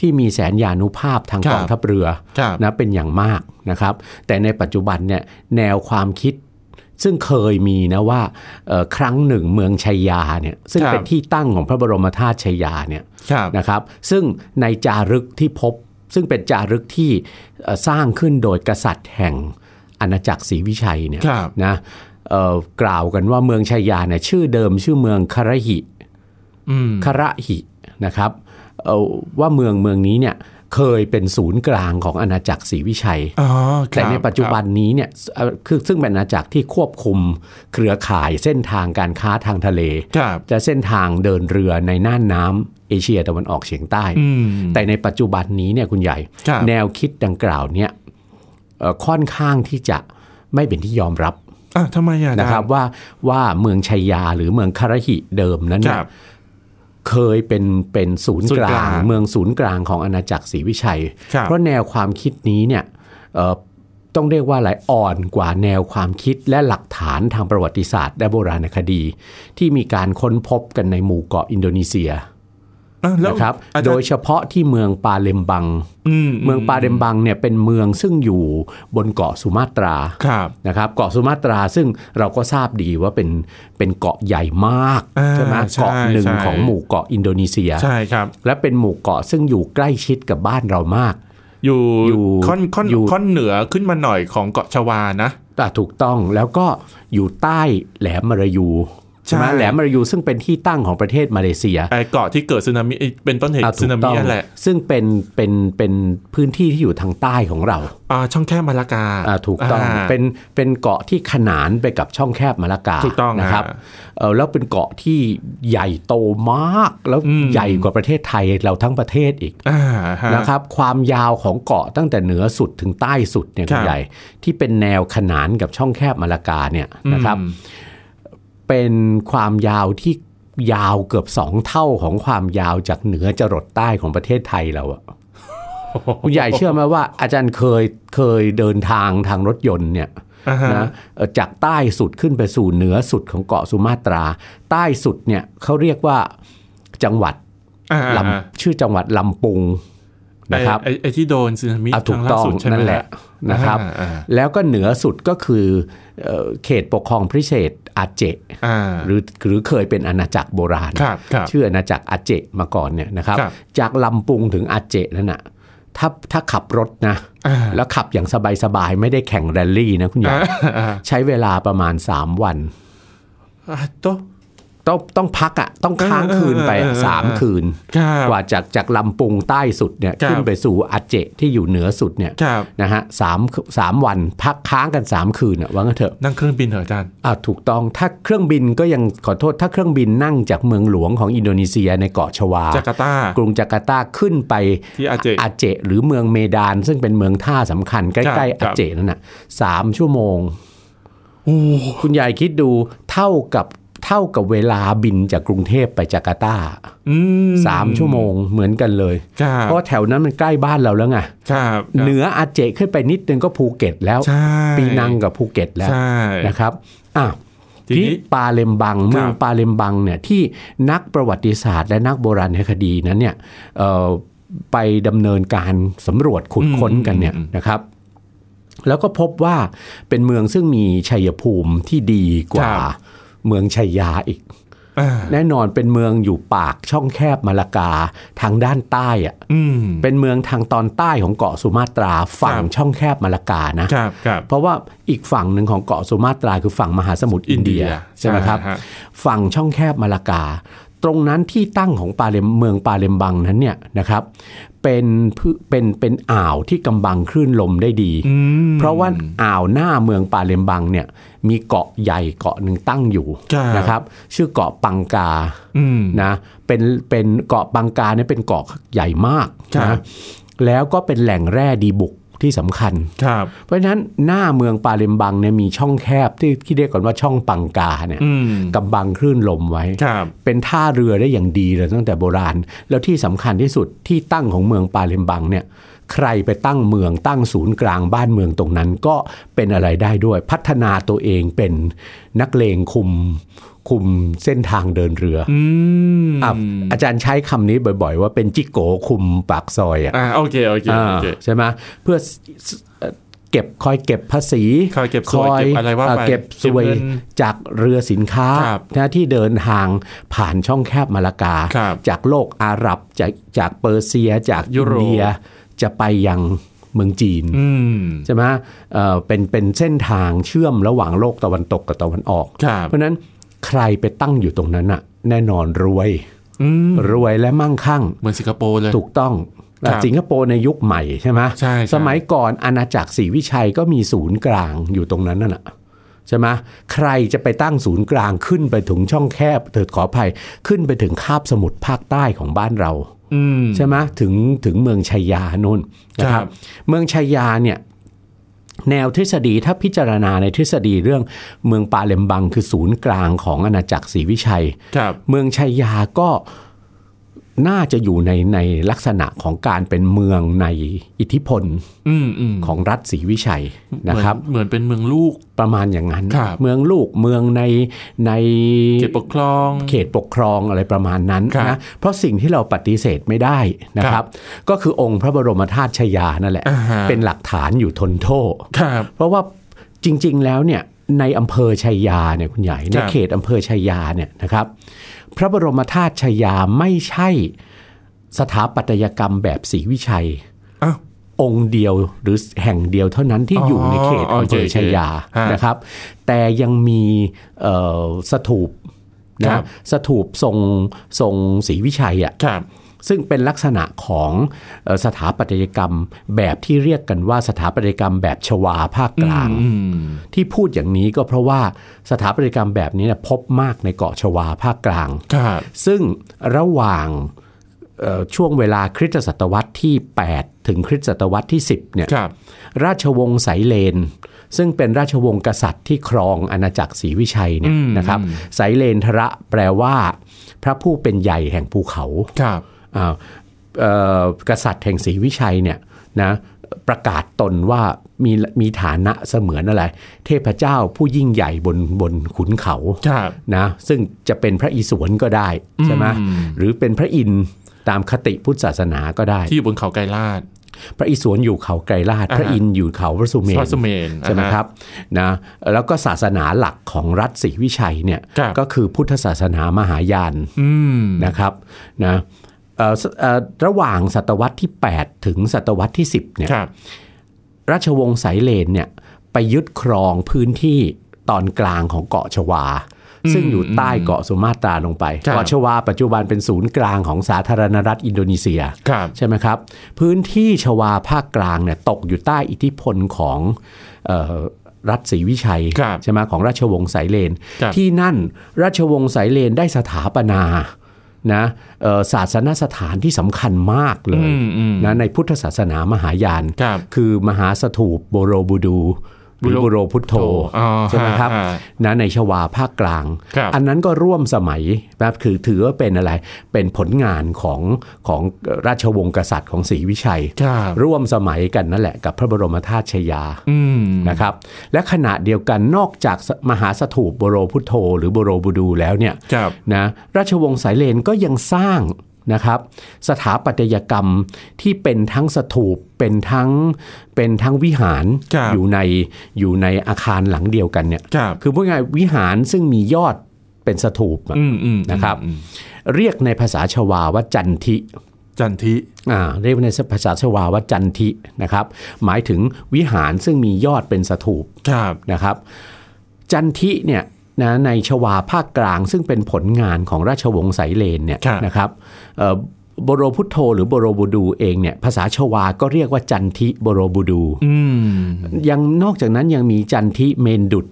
[SPEAKER 3] ที่มีแสนยานุภาพทาง
[SPEAKER 2] ครับ
[SPEAKER 3] กองทัพเรือ
[SPEAKER 2] ครับ
[SPEAKER 3] นะเป็นอย่างมากนะครับ แต่ในปัจจุบันเนี่ยแนวความคิดซึ่งเคยมีนะว่าเอ่อครั้งหนึ่งเมืองชัยยาเนี่ยซึ่ง
[SPEAKER 2] ครับ
[SPEAKER 3] เป็นที่ตั้งของพระบรมธาตุชัยยาเนี่ย
[SPEAKER 2] ครับ
[SPEAKER 3] นะครับซึ่งในจารึกที่พบ ซึ่งเป็นจารึกที่เอ่อสร้างขึ้นโดยกษัตริย์แห่งอาณาจักรศรีวิชัยเนี่ย
[SPEAKER 2] ครับ
[SPEAKER 3] นะเอ่อกล่าวกันว่าเมืองชัยยาเนี่ยชื่อเดิมชื่อเมืองคารหิ
[SPEAKER 2] อืม
[SPEAKER 3] คารหินะครับเอ่อว่าเมืองเมืองนี้เนี่ยเคยเป็นศูนย์กลางของอาณาจักรศรีวิชัย
[SPEAKER 2] อ๋อครับ
[SPEAKER 3] แต่ในปัจจุบันนี้เนี่ยเอ่อคือซึ่งเป็นอาณาจักรที่ควบคุมเครือข่ายเส้นทางการค้าทางทะเล
[SPEAKER 2] ครับ
[SPEAKER 3] จะเส้นทางเดินเรือในน่านน้ำเอเชียตะวันออกเฉียงใต้
[SPEAKER 2] อืม
[SPEAKER 3] แต่ในปัจจุบันนี้เนี่ยคุณใหญ่
[SPEAKER 2] ครับ
[SPEAKER 3] แนวคิดดังกล่าวเนี่ยเอ่อค่อนข้างที่จะไม่เป็นที่ยอมรับ
[SPEAKER 2] อ่ะทำไมอ่ะ
[SPEAKER 3] นะครับว่าว่าเมืองชัยยาหรือเมืองคารหิเดิมนั้น
[SPEAKER 2] ค
[SPEAKER 3] เนี่ย
[SPEAKER 2] รับ
[SPEAKER 3] เคยเป็นเป็นศูนย์
[SPEAKER 2] ศูน
[SPEAKER 3] ก
[SPEAKER 2] ย์ก
[SPEAKER 3] ลา
[SPEAKER 2] ลาง ง
[SPEAKER 3] เมืองศูนย์กลางของอาณาจักรศรีวิชัย
[SPEAKER 2] ครับ
[SPEAKER 3] เพราะแนวความคิดนี้เนี่ยเอ่อต้องเรียกว่าอะไรอ่อนกว่าแนวความคิดและหลักฐานทางประวัติศาสตร์และโบราณคดี ที่มีการค้นพบกันในหมู่เกาะอินโดนีเซีย
[SPEAKER 2] อ่ะแล้ว
[SPEAKER 3] นะครับ
[SPEAKER 2] อาจารย์
[SPEAKER 3] โดยเฉพาะที่เมืองปาเลมบัง
[SPEAKER 2] อืม
[SPEAKER 3] เมืองปาเดมบังเนี่ยเป็นเมืองซึ่งอยู่บนเกาะสุมาตรา
[SPEAKER 2] ครับ
[SPEAKER 3] นะครับเกาะสุมาตราซึ่งเราก็ทราบดีว่าเป็นเป็นเกาะใหญ่มาก
[SPEAKER 2] อ่า
[SPEAKER 3] ใช่ไหม
[SPEAKER 2] ใช่
[SPEAKER 3] เกาะหนึ่ง
[SPEAKER 2] ใช่
[SPEAKER 3] ของหมู่เกาะอินโดนีเซีย
[SPEAKER 2] ใช่ครับ
[SPEAKER 3] และเป็นหมู่เกาะซึ่งอยู่ใกล้ชิดกับบ้านเรามาก
[SPEAKER 2] อยู่
[SPEAKER 3] อยู่
[SPEAKER 2] ค่อนค่อน
[SPEAKER 3] อยู่
[SPEAKER 2] ค่อนเหนือขึ้นมาหน่อยของเกาะชวานะ
[SPEAKER 3] อ่ะถูกต้องแล้วก็อยู่ใต้แหลมมารายูใช่ไหม
[SPEAKER 2] ใช่
[SPEAKER 3] แหลมมารายูซึ่งเป็นที่ตั้งของประเทศมาเลเซีย
[SPEAKER 2] ไอ้เกาะที่เกิดสึนามิไอ้เป็นต้นเหตุ
[SPEAKER 3] อ่ะถู
[SPEAKER 2] สึ
[SPEAKER 3] ก
[SPEAKER 2] นา
[SPEAKER 3] ต้
[SPEAKER 2] มิ
[SPEAKER 3] อง
[SPEAKER 2] นั่นแหละ
[SPEAKER 3] ซึ่งเป็นเป็นเป็นพื้นที่ที่อยู่ทางใต้ของเรา
[SPEAKER 2] อ่าช่องแคบมาลากา
[SPEAKER 3] อ่ะถูกต้อง
[SPEAKER 2] า
[SPEAKER 3] เป็นเป็นเกาะที่ขนานไปกับช่องแคบมาลากา
[SPEAKER 2] ถูกต้อง
[SPEAKER 3] นะครับ
[SPEAKER 2] ฮะ
[SPEAKER 3] เอ่อแล้วเป็นเกาะที่ใหญ่โตมากแล้ว
[SPEAKER 2] อืม
[SPEAKER 3] ใหญ่กว่าประเทศไทยเราทั้งประเทศอีก
[SPEAKER 2] อ่าฮะ
[SPEAKER 3] นะครับ ความยาวของเกาะตั้งแต่เหนือสุดถึงใต้สุดเนี่ย
[SPEAKER 2] ครั
[SPEAKER 3] คุณ
[SPEAKER 2] บ
[SPEAKER 3] ใหญ่ที่เป็นแนวขนานกับช่องแคบมาลากาเนี่ยนะครับ
[SPEAKER 2] อืม
[SPEAKER 3] เป็นความยาวที่ยาวเกือบสองเท่าของความยาวจากเหนือจรดใต้ของประเทศไทยเราอะคุณใหญ่เชื่อไหมว่าอาจารย์เคยเคยเดินทางทางรถยนต์เนี่ย
[SPEAKER 2] อ่าฮะ
[SPEAKER 3] นะเอ่อจากใต้สุดขึ้นไปสู่เหนือสุดของเกาะสุมาตรา ใต้สุดเนี่ยเขาเรียกว่าจังหวัด
[SPEAKER 2] อ่า
[SPEAKER 3] ลำชื่อจังหวัดลำปุงนะครับ
[SPEAKER 2] ไอ้ไอ้ไอ้ที่โดนสึนามิ
[SPEAKER 3] อ่ะถูก
[SPEAKER 2] ครั้ล่า
[SPEAKER 3] ต้อง
[SPEAKER 2] สุดใช่ไม
[SPEAKER 3] นั่นแหละนะครับ
[SPEAKER 2] อ่า
[SPEAKER 3] แล้วก็เหนือสุดก็คือเอ่อเขตปกครองพิเศษอาเจ
[SPEAKER 2] อ่า
[SPEAKER 3] หรือหรือเคยเป็นอาณาจักรโบราณ
[SPEAKER 2] ครับครับ
[SPEAKER 3] ชื่ออาณาจักรอาเจะมาก่อนเนี่ยนะครับ
[SPEAKER 2] ครับ
[SPEAKER 3] จากลำปุงถึงอาเจะนั่นน่ะถ้าถ้าขับรถนะ
[SPEAKER 2] อ่า
[SPEAKER 3] แล้วขับอย่างสบายๆ ไม่ได้แข่งแรลลี่นะคุณยาย
[SPEAKER 2] อ่า
[SPEAKER 3] ใช้เวลาประมาณ 3 วัน
[SPEAKER 2] อ่าโตะ
[SPEAKER 3] ต้องต้องพักอะ่ะต้องค้างคืนไป
[SPEAKER 2] เออเออเออเออ
[SPEAKER 3] สามคืน
[SPEAKER 2] ครับ
[SPEAKER 3] กว่าจากจากลำปุงใต้สุดเนี่ยขึ้นไปสู่อาเจะที่อยู่เหนือสุดเนี่ย
[SPEAKER 2] ครับ
[SPEAKER 3] นะฮะสามสามวันพักค้างกัน 3 คืนอะว่างั้นเถอะ
[SPEAKER 2] นั่งเครื่องบินเหรออาจารย์
[SPEAKER 3] อ่าถูกต้องถ้าเครื่องบินก็ยังขอโทษถ้าเครื่องบินนั่งจากเมืองหลวงของอินโดนีเซียในเกาะชวา
[SPEAKER 2] จาการ์ตา
[SPEAKER 3] กรุงจาการ์ตาขึ้นไป
[SPEAKER 2] ที่อาเจ
[SPEAKER 3] อาเจหรือเมืองเมดาน ซึ่งเป็นเมืองท่าสำคัญใกล้ๆ
[SPEAKER 2] ครั
[SPEAKER 3] อา
[SPEAKER 2] บ
[SPEAKER 3] เจนั่นน่ะสามชั่วโมง
[SPEAKER 2] โอ้
[SPEAKER 3] คุณยายคิดดูเท่ากับเท่ากับเวลาบินจากกรุงเทพไปจาการ์ตา
[SPEAKER 2] อืม
[SPEAKER 3] สามชั่วโมงเหมือนกันเลย
[SPEAKER 2] ครับ
[SPEAKER 3] เพราะแถวนั้นมันใกล้บ้านเราแล้วไง
[SPEAKER 2] ครับ
[SPEAKER 3] เหนืออาเจขึ้นไปนิดนึงก็ภูเก็ตแล้ว
[SPEAKER 2] ใช่
[SPEAKER 3] ปีนังกับภูเก็ตแล้ว
[SPEAKER 2] ใช่
[SPEAKER 3] นะครับอ่ะ
[SPEAKER 2] ทีนี้
[SPEAKER 3] ที่ปาเลมบัง เมืองปาเลมบังเนี่ยที่นักประวัติศาสตร์และนักโบราณคดีนั้นเนี่ยเอ่อไปดำเนินการสำรวจขุดค้นกันเนี่ย
[SPEAKER 2] อืม
[SPEAKER 3] นะครับ แล้วก็พบว่าเป็นเมืองซึ่งมีชัยภูมิที่ดีกว่าเมืองชัยยาอีก
[SPEAKER 2] อ่า
[SPEAKER 3] แน่นอนเป็นเมืองอยู่ปากช่องแคบมาลากาทางด้านใต้อะ
[SPEAKER 2] อืม
[SPEAKER 3] เป็นเมืองทางตอนใต้ของเกาะสุมาตราฝั่ง
[SPEAKER 2] ครับ
[SPEAKER 3] ช่องแคบมาลากานะ
[SPEAKER 2] ครับครับ
[SPEAKER 3] เพราะว่าอีกฝั่งหนึ่งของเกาะสุมาตราคือฝั่งมหาสมุทรอินเดีย
[SPEAKER 2] อินเดีย
[SPEAKER 3] ใช่ไหมครับ
[SPEAKER 2] ใช่ฮะ
[SPEAKER 3] ฝั่งช่องแคบมาลากา ต ตรงนั้นที่ตั้งของปาเลมเมืองปาเลมบังนั้นเนี่ยนะครับ เป็นพืเป็นเป็นอ่าวที่กำบังคลื่นลมได้ดี
[SPEAKER 2] อืม
[SPEAKER 3] เพราะว่าอ่าวหน้าเมืองปาเลมบังเนี่ยมีเกาะใหญ่เกาะหนึ่งตั้งอยู่นะครับ ชื่อเกาะปังกา
[SPEAKER 2] อืม
[SPEAKER 3] นะเป็นเป็นเกาะบางกาเนี่ยเป็นเกาะใหญ่มาก
[SPEAKER 2] ครับ
[SPEAKER 3] นะแล้วก็เป็นแหล่งแร่ดีบุกที่สำคัญ
[SPEAKER 2] ครับ
[SPEAKER 3] เพราะฉะนั้นหน้าเมืองปาเลมบังเนี่ยมีช่องแคบที่ที่เรียกกันว่าช่องปังกาเนี่ย
[SPEAKER 2] อืม
[SPEAKER 3] กำบังคลื่นลมไว้
[SPEAKER 2] ครับ
[SPEAKER 3] เป็นท่าเรือได้อย่างดีเลยตั้งแต่โบราณ แล้วที่สำคัญที่สุดที่ตั้งของเมืองปาเลมบังเนี่ยใครไปตั้งเมืองตั้งศูนย์กลางบ้านเมืองตรงนั้นก็เป็นอะไรได้ด้วย พัฒนาตัวเองเป็นนักเลงคุมคุมเส้นทางเดินเรือ
[SPEAKER 2] อืม
[SPEAKER 3] อ่ะอาจารย์ใช้คำนี้บ่อยๆ ว่าเป็นจิโกคุมปากซอยอ่ะ
[SPEAKER 2] อ่าโอเคโอเค
[SPEAKER 3] อ่า
[SPEAKER 2] โอเค
[SPEAKER 3] ใช่ไหมเพื่อสสเอ่อเก็บคอยเก็บภาษี
[SPEAKER 2] คอยเก็บสวยเก็บอะไรว่าไป
[SPEAKER 3] เเก็บสวย
[SPEAKER 2] เก็บเงิน
[SPEAKER 3] จากเรือสินค้า
[SPEAKER 2] ครับ
[SPEAKER 3] นะที่เดินทางผ่านช่องแคบมาลากา
[SPEAKER 2] ครับ
[SPEAKER 3] จากโลกอาหรับจากจากเปอร์เซียจาก
[SPEAKER 2] ยุ
[SPEAKER 3] อิน
[SPEAKER 2] โรป
[SPEAKER 3] เดียจะไปยังเมืองจีน
[SPEAKER 2] อืม
[SPEAKER 3] ใช่ไหมเอ่อเป็นเป็นเส้นทางเชื่อมระหว่างโลกตะวันตกกับตะวันออก
[SPEAKER 2] ครับ
[SPEAKER 3] เพราะฉะนั้นใครไปตั้งอยู่ตรงนั้นอ่ะแน่นอนรวย
[SPEAKER 2] อืม
[SPEAKER 3] รวยและมั่งคั่ง
[SPEAKER 2] เหมือนสิงคโปร์เลย
[SPEAKER 3] ถูกต้อง
[SPEAKER 2] ครับ
[SPEAKER 3] สิงคโปร์ในยุคใหม่ใช่ไหม
[SPEAKER 2] ใช่ใช่
[SPEAKER 3] สมัยก่อนอาณาจักรศรีวิชัยก็มีศูนย์กลางอยู่ตรงนั้นน่นแหละใช่ไหมใครจะไปตั้งศูนย์กลางขึ้นไปถึงช่องแคบเถิดขออภัยขึ้นไปถึงคาบสมุทรภาคใต้ของบ้านเรา
[SPEAKER 2] อืม
[SPEAKER 3] ใช่ไหมถึงถึงเมืองชัยยานู่นนะค
[SPEAKER 2] ครั
[SPEAKER 3] รับ
[SPEAKER 2] บ
[SPEAKER 3] เมืองชัยยาเนี่ยแนวทฤษฎีถ้าพิจารณาในทฤษฎีเรื่องเมืองปาเลมบังคือศูนย์กลางของอาณาจักรศรีวิชัย
[SPEAKER 2] ครับ
[SPEAKER 3] เมืองชัยยาก็น่าจะอยู่ในในลักษณะของการเป็นเมืองในอิทธิพล
[SPEAKER 2] อืมอืม
[SPEAKER 3] ของรัฐศรีวิชัยนะครับ
[SPEAKER 2] เหมือเหมือนเป็นเมืองลูก
[SPEAKER 3] ประมาณอย่างนั้น
[SPEAKER 2] ครับ
[SPEAKER 3] เมืองลูกเมืองในใน
[SPEAKER 2] เขตปกครอง
[SPEAKER 3] เขตปกครองอะไรประมาณนั้น
[SPEAKER 2] ครับ
[SPEAKER 3] นะเพราะสิ่งที่เราปฏิเสธไม่ได้นะค
[SPEAKER 2] ครั
[SPEAKER 3] รับ บ ก็คือองค์พระบรมธาตุชยานั่นแหละ
[SPEAKER 2] อ่าฮะ
[SPEAKER 3] เป็นหลักฐานอยู่ทนโทษ
[SPEAKER 2] ครับ
[SPEAKER 3] เพราะว่าจริงๆแล้วเนี่ยในอำเภอชัยยาเนี่ยคุณใหญ่ใน
[SPEAKER 2] ครับ
[SPEAKER 3] เขตอำเภอชัยยาเนี่ยนะครับ พระบรมธาตุชยาไม่ใช่สถาปัตยกรรมแบบศรีวิชัย
[SPEAKER 2] อ้าว
[SPEAKER 3] องค์เดียวหรือแห่งเดียวเท่านั้นที่
[SPEAKER 2] อ๋ออ
[SPEAKER 3] อยู่ในเขตอำเภอ
[SPEAKER 2] โอเค
[SPEAKER 3] ชัยยา
[SPEAKER 2] ฮะ
[SPEAKER 3] นะครับ แต่ยังมีเอ่อสถูป
[SPEAKER 2] ครั
[SPEAKER 3] นะ
[SPEAKER 2] บ
[SPEAKER 3] สถูปทรงทรงศรีวิชัยอ่ะ
[SPEAKER 2] ครับ
[SPEAKER 3] ซึ่งเป็นลักษณะของเอ่อสถาปัตยกรรมแบบที่เรียกกันว่าสถาปัตยกรรมแบบชวาภาคกลาง
[SPEAKER 2] อืม
[SPEAKER 3] ที่พูดอย่างนี้ก็เพราะว่าสถาปัตยกรรมแบบนี้นะพบมากในเกาะชวาภาคกลาง
[SPEAKER 2] ครับ
[SPEAKER 3] ซึ่งระหว่างเอ่อช่วงเวลาคริสตศตวรรษที่ 8 ถึงคริสตศตวรรษที่ 10เนี่ย
[SPEAKER 2] ครับ
[SPEAKER 3] ราชวงศ์ไสยเลน ซึ่งเป็นราชวงศ์กษัตริย์ที่ครองอาณาจักรศรีวิชัยเนี่ย
[SPEAKER 2] อืม
[SPEAKER 3] นะครับไสยเลนทระแปลว่า พระผู้เป็นใหญ่แห่งภูเขา
[SPEAKER 2] ครับ
[SPEAKER 3] อ่าเอ่อกษัตริย์แห่งศรีวิชัยเนี่ยนะประกาศตนว่ามีมีฐานะเสมือนอะไร เทพเจ้าผู้ยิ่งใหญ่บนบนขุนเขา
[SPEAKER 2] ครับ
[SPEAKER 3] นะซึ่งจะเป็นพระอิศวรก็ได้ใช่ไหม
[SPEAKER 2] อืม
[SPEAKER 3] หรือเป็นพระอินทร์ตามคติพุทธศาสนาก็ได้
[SPEAKER 2] ที่อยู่บนเขาไกรลาด
[SPEAKER 3] พระอิศวรอยู่เขาไกรลาด
[SPEAKER 2] อ่าฮะ
[SPEAKER 3] พระอินทร์อยู่เขาพระสุเม
[SPEAKER 2] พ
[SPEAKER 3] น
[SPEAKER 2] ระสุเมน
[SPEAKER 3] ใช่ไหม
[SPEAKER 2] อ่าฮะ
[SPEAKER 3] ครับนะแล้วก็ศาสนาหลักของรัฐศรีวิชัยเนี่ย
[SPEAKER 2] ครับ
[SPEAKER 3] ก็คือพุทธศาสนามหายาน
[SPEAKER 2] อืม
[SPEAKER 3] นะครับนะเอ่อสเอ่อระหว่างศตวรรษที่ 8 ถึงศตวรรษที่ 10เนี่ย
[SPEAKER 2] ครับ
[SPEAKER 3] ราชวงศ์ไสยเลนเนี่ยไปยึดครองพื้นที่ตอนกลางของเกาะชวา ซึ่งอยู่ใต้เกาะสุมาตราลงไป
[SPEAKER 2] ครับ
[SPEAKER 3] เกาะชวาปัจจุบันเป็นศูนย์กลางของสาธารณรัฐอินโดนีเซีย
[SPEAKER 2] ครับ
[SPEAKER 3] ใช่ไหมครับ พื้นที่ชวาภาคกลางเนี่ยตกอยู่ใต้อิทธิพลของเอ่อรัฐศรีวิชัย
[SPEAKER 2] ครับ
[SPEAKER 3] ใช่ไหมของราชวงศ์สายเลน
[SPEAKER 2] ครับ
[SPEAKER 3] ที่นั่นราชวงศ์สายเลนได้สถาปนานะเอ่อศาสนสถานที่สำคัญมากเล
[SPEAKER 2] อื
[SPEAKER 3] ย
[SPEAKER 2] มอืม
[SPEAKER 3] นะในพุทธศาสนามหายาน
[SPEAKER 2] ครับ
[SPEAKER 3] คือมหาสถูปโบโรบูดูหรือ
[SPEAKER 2] บุโร
[SPEAKER 3] บุโรพุทโธ
[SPEAKER 2] อ๋อ
[SPEAKER 3] ใช่ไหมครับ
[SPEAKER 2] อ่า
[SPEAKER 3] นะในชวาภาคกลาง
[SPEAKER 2] ครับ
[SPEAKER 3] อันนั้นก็ร่วมสมัยนะคือถือว่าเป็นอะไรเป็นผลงานของของราชวงศ์กษัตริย์ของศรีวิชัย
[SPEAKER 2] ครับ
[SPEAKER 3] ร่วมสมัยกันนั่นแหละกับพระบรมธาตุชยา
[SPEAKER 2] อืม
[SPEAKER 3] นะครับ และขณะเดียวกันนอกจากมหาสถูปบโรพุทโธ หรือบโรบูดูแล้วเนี่ย
[SPEAKER 2] ครับ
[SPEAKER 3] นะราชวงศ์สายเลนก็ยังสร้างนะครับ สถาปัตยกรรมที่เป็นทั้งสถูปเป็นทั้งเป็นทั้งวิหาร
[SPEAKER 2] ครับ
[SPEAKER 3] อยู่ในอยู่ในอาคารหลังเดียวกันเนี่ย
[SPEAKER 2] ครับ
[SPEAKER 3] คือพูดง่ายๆวิหารซึ่งมียอดเป็นสถูปอะ
[SPEAKER 2] อืมอืม
[SPEAKER 3] นะครับ
[SPEAKER 2] อืม
[SPEAKER 3] เรียกในภาษาชวาว่าจันทิ
[SPEAKER 2] จันทิ
[SPEAKER 3] อ่าเรียกในภาษาชวาว่าจันทินะครับ หมายถึงวิหารซึ่งมียอดเป็นสถูป
[SPEAKER 2] ครับ
[SPEAKER 3] นะครับ จันทิเนี่ย นะในชวาภาคกลางซึ่งเป็นผลงานของราชวงศ์ไสเลนเนี่ย
[SPEAKER 2] ครับ
[SPEAKER 3] นะครับเอ่อโบโรพุทโธหรือโบโรบูดูเองเนี่ยภาษาชวาก็เรียกว่าจันทิโบโรบูดู
[SPEAKER 2] อืม
[SPEAKER 3] ยังนอกจากนั้นยังมีจันทิเมนดุด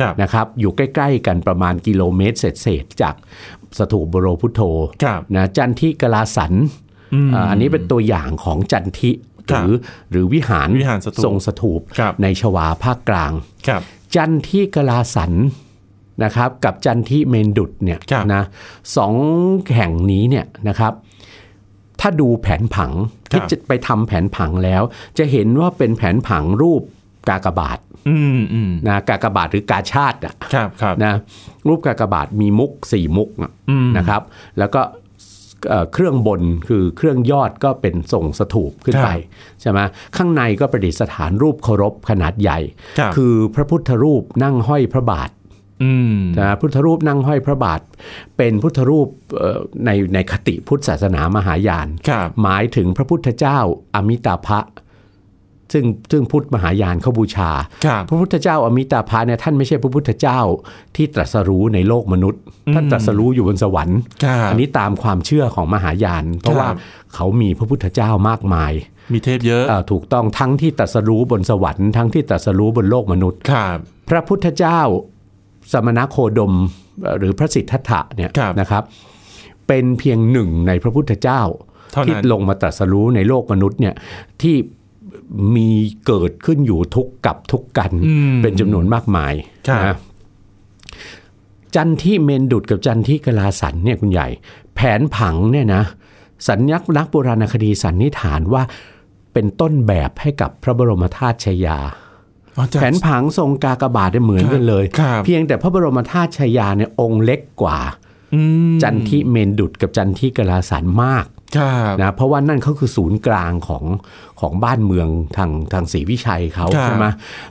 [SPEAKER 2] ครับ
[SPEAKER 3] นะครับอยู่ใกล้ ๆ กันประมาณกิโลเมตรเศษๆจากสถูปบโรพุทโธ
[SPEAKER 2] ครับ
[SPEAKER 3] นะจันทิกลาสัน
[SPEAKER 2] อืม
[SPEAKER 3] อ่าอันนี้เป็นตัวอย่างของจันทิห
[SPEAKER 2] ครั
[SPEAKER 3] รื
[SPEAKER 2] บ
[SPEAKER 3] อหรือวิหาร
[SPEAKER 2] วิหารสถูป
[SPEAKER 3] ทรงสถูป
[SPEAKER 2] ครับ
[SPEAKER 3] ในชวาภาคกลาง
[SPEAKER 2] ครับ
[SPEAKER 3] จันทิกลาสันนะครับกับจันทิเมนดุดเนี่ย
[SPEAKER 2] ครับ
[SPEAKER 3] นะสองแห่งนี้เนี่ยนะครับถ้าดูแผนผัง
[SPEAKER 2] ครับ
[SPEAKER 3] ที่จะไปทำแผนผังแล้ว จะเห็นว่าเป็นแผนผังรูปกากบาท
[SPEAKER 2] อืมอืม
[SPEAKER 3] นะกากบาทหรือกาชาติอะ
[SPEAKER 2] ครับครับ
[SPEAKER 3] นะรูปกากบาทมีมุก 4 มุกอะ
[SPEAKER 2] อืม
[SPEAKER 3] นะครับ แล้วก็เอ่อเครื่องบนคือเครื่องยอดก็เป็นทรงสถูปขึ้นไป
[SPEAKER 2] ครับ
[SPEAKER 3] ใช่ไหมข้างในก็ประดิษฐานรูปเคารพขนาดใหญ่
[SPEAKER 2] ครับ
[SPEAKER 3] คือพระพุทธรูปนั่งห้อยพระบาท
[SPEAKER 2] อืม
[SPEAKER 3] นะพุทธรูปนั่งห้อยพระบาท เป็นพุทธรูปเอ่อในในคติพุทธศาสนามหายาน
[SPEAKER 2] ครับ
[SPEAKER 3] หมายถึงพระพุทธเจ้าอมิตาภะซึ่งซึ่งพุทธมหายานเขาบูชา
[SPEAKER 2] ครับ
[SPEAKER 3] พระพุทธเจ้าอมิตาภาเนี่ยท่านไม่ใช่พระพุทธเจ้าที่ตรัสรู้ในโลกมนุษย์ ท่านตรัสรู้อยู่บนสวรรค์
[SPEAKER 2] ครับ
[SPEAKER 3] อันนี้ตามความเชื่อของมหายาน เพราะว่าเขามีพระพุทธเจ้ามากมาย
[SPEAKER 2] มีเทพเยอะ
[SPEAKER 3] เอ่อถูกต้องทั้งที่ตรัสรู้บนสวรรค์ทั้งที่ตรัสรู้บนโลกมนุษย์
[SPEAKER 2] ครับ
[SPEAKER 3] พระพุทธเจ้าสมณโคดมเอ่อหรือพระสิทธัตถะเนี่ย
[SPEAKER 2] ครับ
[SPEAKER 3] นะครับ เป็นเพียงหนึ่งในพระพุทธเจ้า
[SPEAKER 2] เท่านั้น
[SPEAKER 3] ที่ลงมาตรัสรู้ในโลกมนุษย์เนี่ยที่มีเกิดขึ้นอยู่ทุกกับทุกกัน
[SPEAKER 2] อืม
[SPEAKER 3] เป็นจำนวนมากมาย
[SPEAKER 2] ครับ
[SPEAKER 3] นะจันที่เมนดุดกับจันที่กลาสันเนี่ยคุณใหญ่ แผนผังเนี่ยนะ สัญญกนักโบราณคดีสันนิษฐานว่าเป็นต้นแบบให้กับพระบรมธาตุชยา
[SPEAKER 2] อ๋อจ้ะ
[SPEAKER 3] แผนผังทรงกากบาทเนี่ยเหมือนกันเลย
[SPEAKER 2] ครับ
[SPEAKER 3] เพียงแต่พระบรมธาตุชายาเนี่ยองค์เล็กกว่า
[SPEAKER 2] อืม
[SPEAKER 3] จันทิเมนดุดกับจันทิกลาสันมาก
[SPEAKER 2] ครับ
[SPEAKER 3] นะเพราะว่านั่นเขาคือศูนย์กลางของของบ้านเมืองทางทางศรีวิชัยเขาใช่ไหม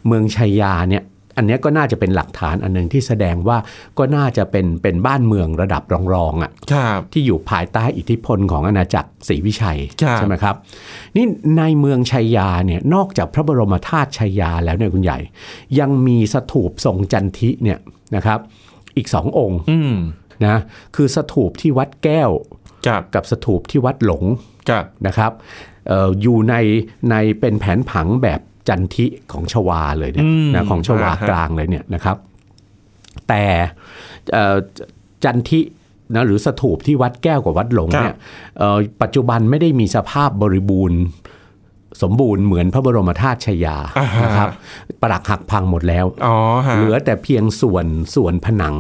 [SPEAKER 3] เมืองชายาเนี่ยอันเนี้ยก็น่าจะเป็นหลักฐานอันหนึ่งที่แสดงว่าก็น่าจะเป็นเป็นบ้านเมืองระดับรองๆอ่ะ
[SPEAKER 2] ครับ
[SPEAKER 3] ที่อยู่ภายใต้อิทธิพลของอาณาจักรศรีวิชัย
[SPEAKER 2] ครับ
[SPEAKER 3] ใช่ไหมครับนี่ในเมืองชัยยาเนี่ยนอกจากพระบรมธาตุชัยยาแล้วเนี่ยคุณใหญ่ ยังมีสถูปทรงจันทิเนี่ยนะครับ อีกสององค์
[SPEAKER 2] อืม
[SPEAKER 3] นะคือสถูปที่วัดแก้ว
[SPEAKER 2] ครับ
[SPEAKER 3] กับสถูปที่วัดหลง
[SPEAKER 2] ครับ
[SPEAKER 3] นะครับเอออยู่ในในเป็นแผนผังแบบจันทิของชวาเลยเนี่ยนะของชวากลางเลยเนี่ยนะครับ แต่เอ่อจันทินะหรือสถูปที่วัดแก้วกับวัดหลงเนี่ยเอ่อปัจจุบันไม่ได้มีสภาพบริบูรณ์ สมบูรณ์เหมือนพระบรมธาตุชยานะครับปรักหักพังหมดแล้ว
[SPEAKER 2] อ๋อฮะ
[SPEAKER 3] เหลือแต่เพียงส่วนส่วนผนัง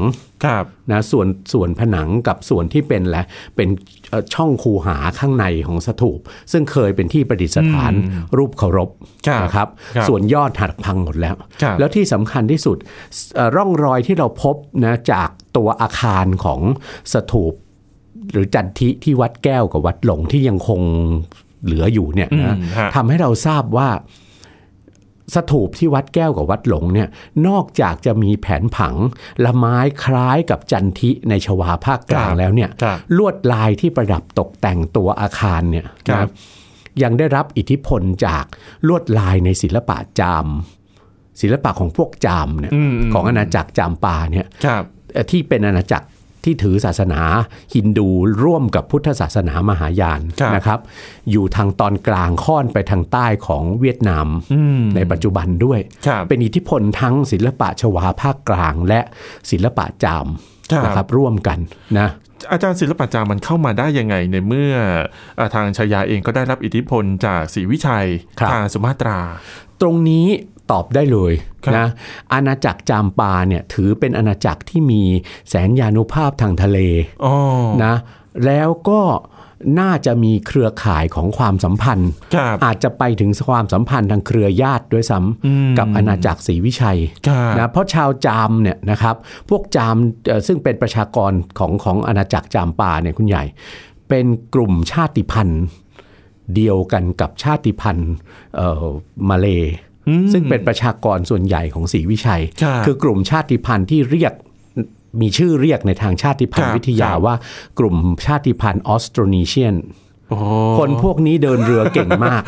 [SPEAKER 2] ครับ
[SPEAKER 3] นะส่วนส่วนผนังกับส่วนที่เป็นแหละเป็นเอ่อช่องคูหาข้างในของสถูป ซึ่งเคยเป็นที่ประดิษฐานรูปเคารพ
[SPEAKER 2] ครับ
[SPEAKER 3] นะครับ
[SPEAKER 2] ครับ
[SPEAKER 3] ส่วนยอดหักพังหมดแล้ว
[SPEAKER 2] ครับ
[SPEAKER 3] แล้วที่สำคัญที่สุดเอ่อร่องรอยที่เราพบนะจากตัวอาคารของสถูป หรือจันทิที่วัดแก้วกับวัดหลงที่ยังคงเหลืออยู่เนี่ยนะ
[SPEAKER 2] อืมฮะ
[SPEAKER 3] ทำให้เราทราบว่าสถูปที่วัดแก้วกับวัดหลงเนี่ยนอกจากจะมีแผนผังละไม้คล้ายกับจันทิในชวาภาคกลางแล้วเนี่ย
[SPEAKER 2] ครับ
[SPEAKER 3] ลวดลายที่ประดับตกแต่งตัวอาคารเนี่ย
[SPEAKER 2] ครับ
[SPEAKER 3] นะยังได้รับอิทธิพลจากลวดลายในศิลปะจาม ศิลปะของพวกจามเนี่ยของอาณาจักรจามปาเนี่ย
[SPEAKER 2] ครับ
[SPEAKER 3] เอ่อที่เป็นอาณาจักรที่ถือศาสนาฮินดูร่วมกับพุทธศาสนามหายาน
[SPEAKER 2] ครับ
[SPEAKER 3] นะครับ อยู่ทางตอนกลางค่อนไปทางใต้ของเวียดนาม
[SPEAKER 2] อืม
[SPEAKER 3] ในปัจจุบันด้วย
[SPEAKER 2] ครับ
[SPEAKER 3] เป็นอิทธิพลทั้งศิลปะชวาภาคกลาง และศิลปะจาม
[SPEAKER 2] ครับ
[SPEAKER 3] นะครับร่วมกันนะ
[SPEAKER 2] อาจารย์ศิลปะจามันเข้ามาได้ยังไงในเมื่ออ่าทางชายาเองก็ได้รับอิทธิพลจากศรีวิชัย
[SPEAKER 3] ครับ
[SPEAKER 2] ทางสุมาตรา
[SPEAKER 3] ตรงนี้ตอบได้เลย
[SPEAKER 2] ครับ
[SPEAKER 3] นะอาณาจักรจามปาเนี่ยถือเป็นอาณาจักรที่มีแสนยานุภาพทางทะเล
[SPEAKER 2] ๋อ
[SPEAKER 3] นะแล้วก็น่าจะมีเครือข่ายของความสัมพันธ์
[SPEAKER 2] ครับ
[SPEAKER 3] อาจจะไปถึงความสัมพันธ์ทางเครือญาติด้วยซ้ำกับอาณาจักรศรีวิชัย
[SPEAKER 2] ครับ
[SPEAKER 3] นะเพราะชาวจามเนี่ยนะครับพวกจามเอ่อซึ่งเป็นประชากรของของอาณาจักรจามปาเนี่ยคุณใหญ่ เป็นกลุ่มชาติพันธุ์เดียวกันกับชาติพันธุ์เอ่อมาเลย์ซึ่งเป็นประชากรส่วนใหญ่ของศรีวิชัย
[SPEAKER 2] ครับ
[SPEAKER 3] คือกลุ่มชาติพันธุ์ที่เรียกมีชื่อเรียกในทางชาติพัน
[SPEAKER 2] ครั
[SPEAKER 3] ธุ์
[SPEAKER 2] บ
[SPEAKER 3] วิทยา
[SPEAKER 2] ครับ
[SPEAKER 3] ว่ากลุ่มชาติพันธุ์ออสโตรเนเชียน
[SPEAKER 2] โอ้
[SPEAKER 3] คนพวกนี้เดินเรือเก่งมาก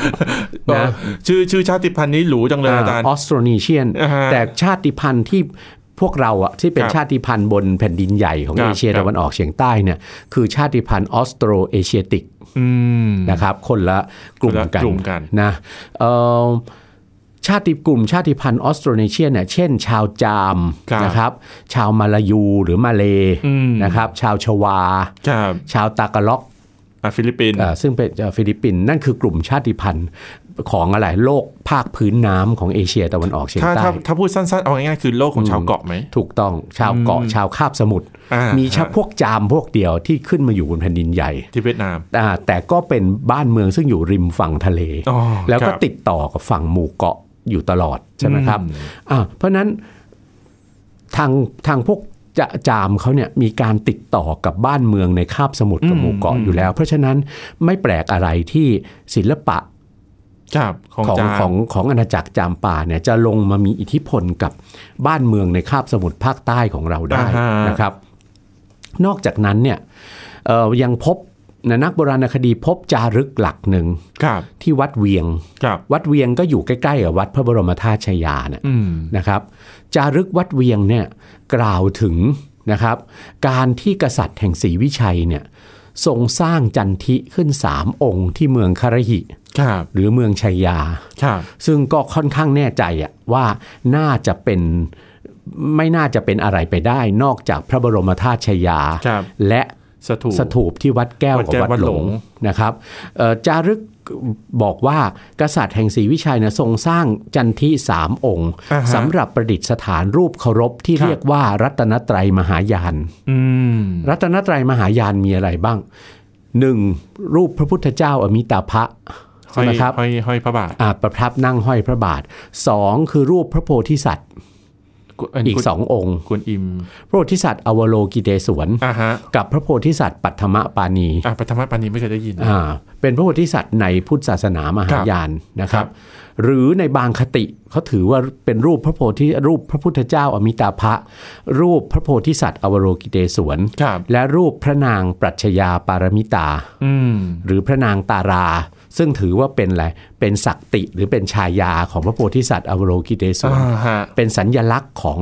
[SPEAKER 2] อ๋อ
[SPEAKER 3] นะ
[SPEAKER 2] ชื่อชื่อชาติพันธุ์นี้หรูจังเลยอาจารย์
[SPEAKER 3] ออสโตรเนเชียน
[SPEAKER 2] อ่าฮะ
[SPEAKER 3] แต่ชาติพันธุ์ที่ พวกเราอะที่เป็น
[SPEAKER 2] ครับ
[SPEAKER 3] ชาติพันธุ์บนแผ่นดินใหญ่ของ
[SPEAKER 2] ครับ
[SPEAKER 3] เอเชีย
[SPEAKER 2] ครับ
[SPEAKER 3] ตะวันออกเฉียงใต้เนี่ยคือชาติพันธุ์ออสโตรเอเชียติก
[SPEAKER 2] อืม
[SPEAKER 3] นะครับคนละกลุ่มกัน
[SPEAKER 2] คนละกลุ่มกัน
[SPEAKER 3] นะเอ่อชาติกลุ่มชาติพันธุ์ออสโตรเนเชียนเนี่ยเช่น ชาวจาม
[SPEAKER 2] ครับ
[SPEAKER 3] นะครับชาวมาลายูหรือมาเล
[SPEAKER 2] อืม
[SPEAKER 3] นะครับชาวชวา
[SPEAKER 2] ครับ
[SPEAKER 3] ชาวตากาล็อก
[SPEAKER 2] อ่ะฟิลิปปินส์
[SPEAKER 3] เอ่อซึ่งเป็นเอ่อฟิลิปปินส์นั่นคือกลุ่มชาติพันธุ์ของอะไรโลกภาคพื้นน้ำของเอเชียตะวันออกเฉียง
[SPEAKER 2] ถ้า
[SPEAKER 3] ใต้
[SPEAKER 2] ถ้าถ้าพูดสั้นๆ เอาง่ายๆคือโลกของชาวเกาะไหม
[SPEAKER 3] ถูกต้องชาวเกาะชาวคาบสมุทร
[SPEAKER 2] อ่ามี
[SPEAKER 3] มีเฉพาะพวกจามพวกเดียวที่ขึ้นมาอยู่บนแผ่นดินใหญ่
[SPEAKER 2] ที่เวียดนาม
[SPEAKER 3] อ่าแต่ก็เป็นบ้านเมืองซึ่งอยู่ริมฝั่งทะเล
[SPEAKER 2] อ๋อ
[SPEAKER 3] แล้ว
[SPEAKER 2] ค
[SPEAKER 3] ก็
[SPEAKER 2] รับ
[SPEAKER 3] ติดต่อกับฝั่งหมู่เกาะอยู่ตลอดใช่ไหมครับ
[SPEAKER 2] อืม
[SPEAKER 3] อ่าเพราะฉะนั้นทางทางพวกจะจามเขาเนี่ยมีการติดต่อกับบ้านเมืองในคาบสมุทรกับหมู่เกาะอยู่แล้ว เพราะฉะนั้นไม่แปลกอะไรที่ศิลปะ
[SPEAKER 2] ครับของ
[SPEAKER 3] ของ
[SPEAKER 2] จาง
[SPEAKER 3] ของของอาณาจักรจามป่าเนี่ยจะลงมามีอิทธิพลกับบ้านเมืองในคาบสมุทรภาคใต้ของเราได้นะครับ นอกจากนั้นเนี่ยเอ่อยังพบนะนักโบราณคดีพบจารึกหลักหนึ่ง
[SPEAKER 2] ครับ
[SPEAKER 3] ที่วัดเวียง
[SPEAKER 2] ครับ
[SPEAKER 3] วัดเวียงก็อยู่ใกล้ๆกับวัดพระบรมธาตุชายาเนย
[SPEAKER 2] อืม
[SPEAKER 3] นะครับ จารึกวัดเวียงเนี่ยกล่าวถึงนะครับ การที่กษัตริย์แห่งศรีวิชัยเนี่ยทรงสร้างจันทิขึ้นสามองค์ที่เมืองคารหิ
[SPEAKER 2] ครับ
[SPEAKER 3] หรือเมืองชายา
[SPEAKER 2] ครับ
[SPEAKER 3] ซึ่งก็ค่อนข้างแน่ใจอะว่าน่าจะเป็นไม่น่าจะเป็นอะไรไปได้ นอกจากพระบรมธาตุชายา
[SPEAKER 2] ครับ
[SPEAKER 3] และ
[SPEAKER 2] สถูป
[SPEAKER 3] สถูปที่วัดแก้ว
[SPEAKER 2] วัด
[SPEAKER 3] กับ
[SPEAKER 2] แก้ว
[SPEAKER 3] วัด
[SPEAKER 2] วัด
[SPEAKER 3] ห
[SPEAKER 2] ห
[SPEAKER 3] ล
[SPEAKER 2] ล
[SPEAKER 3] ง
[SPEAKER 2] ง
[SPEAKER 3] นะครับเอ่อจารึกบอกว่ากษัตริย์แห่งศรีวิชัยนะทรงสร้างจันทิสามองค์
[SPEAKER 2] อ่าฮะ
[SPEAKER 3] สำหรับประดิษฐานรูปเคารพที่
[SPEAKER 2] ครับ
[SPEAKER 3] เรียกว่ารัตนตรัยมหายาน
[SPEAKER 2] อืม
[SPEAKER 3] รัตนตรัยมหายานมีอะไรบ้างหนึ่งรูปพระพุทธเจ้าอมิตาภะ
[SPEAKER 2] ห้
[SPEAKER 3] ใช่
[SPEAKER 2] อย
[SPEAKER 3] ไหมครับ
[SPEAKER 2] ห้อยห้อยพระบาท
[SPEAKER 3] อ่าประทับนั่งห้อยพระบาทสองคือรูปพระโพธิสัตว์
[SPEAKER 2] น
[SPEAKER 3] อีก
[SPEAKER 2] คุณ
[SPEAKER 3] สององค์
[SPEAKER 2] คุณอิม
[SPEAKER 3] พระโพธิสัตว์อวโลกิเตศวน
[SPEAKER 2] อ่าฮะ
[SPEAKER 3] กับพระโพธิสัตว์ปัทธมปานี
[SPEAKER 2] อ่ะปฐมปานีไม่เคยได้ยิน
[SPEAKER 3] อ่าเป็นพระโพธิสัตว์ในพุทธศาสนามหายานนะครับ
[SPEAKER 2] ครั
[SPEAKER 3] หรือในบางคติเขาถือว่าเป็นรูปพระโพธิรูปพระพุทธเจ้าอมิตาภะรูปพระโพธิสัตว์อวโรกิเตศวร
[SPEAKER 2] ครับ
[SPEAKER 3] และรูปพระนางปรัชญาปารมิตา
[SPEAKER 2] อืม
[SPEAKER 3] หรือพระนางตารา ซึ่งถือว่าเป็นอะไรเป็นสักติหรือเป็นชายาของพระโพธิสัตว์อวโรกิเตศวร
[SPEAKER 2] อ่าฮะ
[SPEAKER 3] เป็นสัญญลักษณ์ของ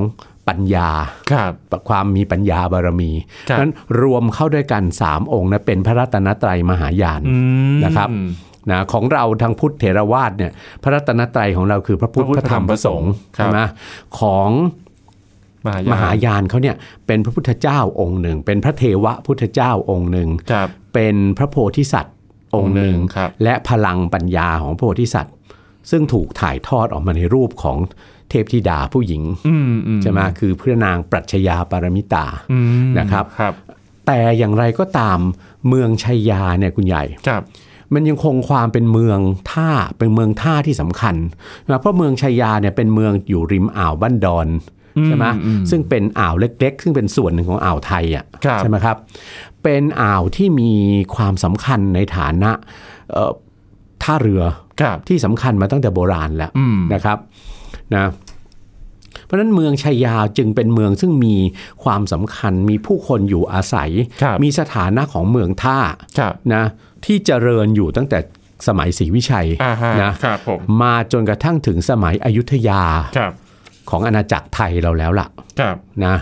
[SPEAKER 3] ปัญญา
[SPEAKER 2] ครับ
[SPEAKER 3] ความมีปัญญาบารมี
[SPEAKER 2] ครับ
[SPEAKER 3] นั้นรวมเข้าด้วยกัน 3 องค์นะเป็นพระรัตนตรัยมหายาน
[SPEAKER 2] อืม
[SPEAKER 3] นะครับนะของเราทางพุทธเถรวาทเนี่ยพระรัตนตรัยของเราคือพระพุทธ
[SPEAKER 2] พระพุ
[SPEAKER 3] พ
[SPEAKER 2] ทธ
[SPEAKER 3] ระธรรมพระสงฆ์
[SPEAKER 2] ครับ
[SPEAKER 3] ใช่ไหมของ
[SPEAKER 2] มหาย
[SPEAKER 3] มหาน ยานเขาเนี่ยเป็นพระพุทธเจ้าองค์หนึ่ง เป็นพระเทวะพุทธเจ้าองค์หนึ่ง
[SPEAKER 2] ครับ
[SPEAKER 3] เป็นพระโพธิสัตว์องค์หนึ่ง
[SPEAKER 2] องค์หนึ่งครับ
[SPEAKER 3] และพลังปัญญาของพระโพธิสัตว์ ซึ่งถูกถ่ายทอดออกมาในรูปของเทพธิดาผู้หญิง
[SPEAKER 2] อืมอืม
[SPEAKER 3] ใช่ไหมคือพระนางปรัชญาปารมิตา
[SPEAKER 2] อืม
[SPEAKER 3] นะครับ
[SPEAKER 2] ครับ
[SPEAKER 3] แต่อย่างไรก็ตามเมืองชัยยาเนี่ยคุณใหญ่
[SPEAKER 2] ครับ
[SPEAKER 3] มันยังคงความเป็นเมืองท่าเป็นเมืองท่าที่สำคัญนะเพราะเมืองชายาเนี่ยเป็นเมืองอยู่ริมอ่าวบ้านดอนใช่ไหมซึ่งเป็นอ่าวเล็ก ๆ ซึ่งเป็นส่วนหนึ่งของอ่าวไทยอ่ะ
[SPEAKER 2] ครับ
[SPEAKER 3] ใช่ไหมครับ เป็นอ่าวที่มีความสำคัญในฐานะเอ่อท่าเรือ
[SPEAKER 2] ครับ
[SPEAKER 3] ที่สำคัญมาตั้งแต่โบราณแล้วนะครับนะเพราะฉะนั้นเมืองชัยยาจึงเป็นเมืองซึ่งมีความสำคัญมีผู้คนอยู่อาศัย
[SPEAKER 2] ครับ
[SPEAKER 3] มีสถานะของเมืองท่า
[SPEAKER 2] ครับ
[SPEAKER 3] นะที่เจริญอยู่ตั้งแต่สมัยศรีวิชัย
[SPEAKER 2] อ่าฮะ
[SPEAKER 3] นะครับ
[SPEAKER 2] ผม
[SPEAKER 3] มาจนกระทั่งถึงสมัยอยุธยา
[SPEAKER 2] ครับ
[SPEAKER 3] ของอาณาจักรไทยเราแล้วล่ะ
[SPEAKER 2] ครับ
[SPEAKER 3] นะ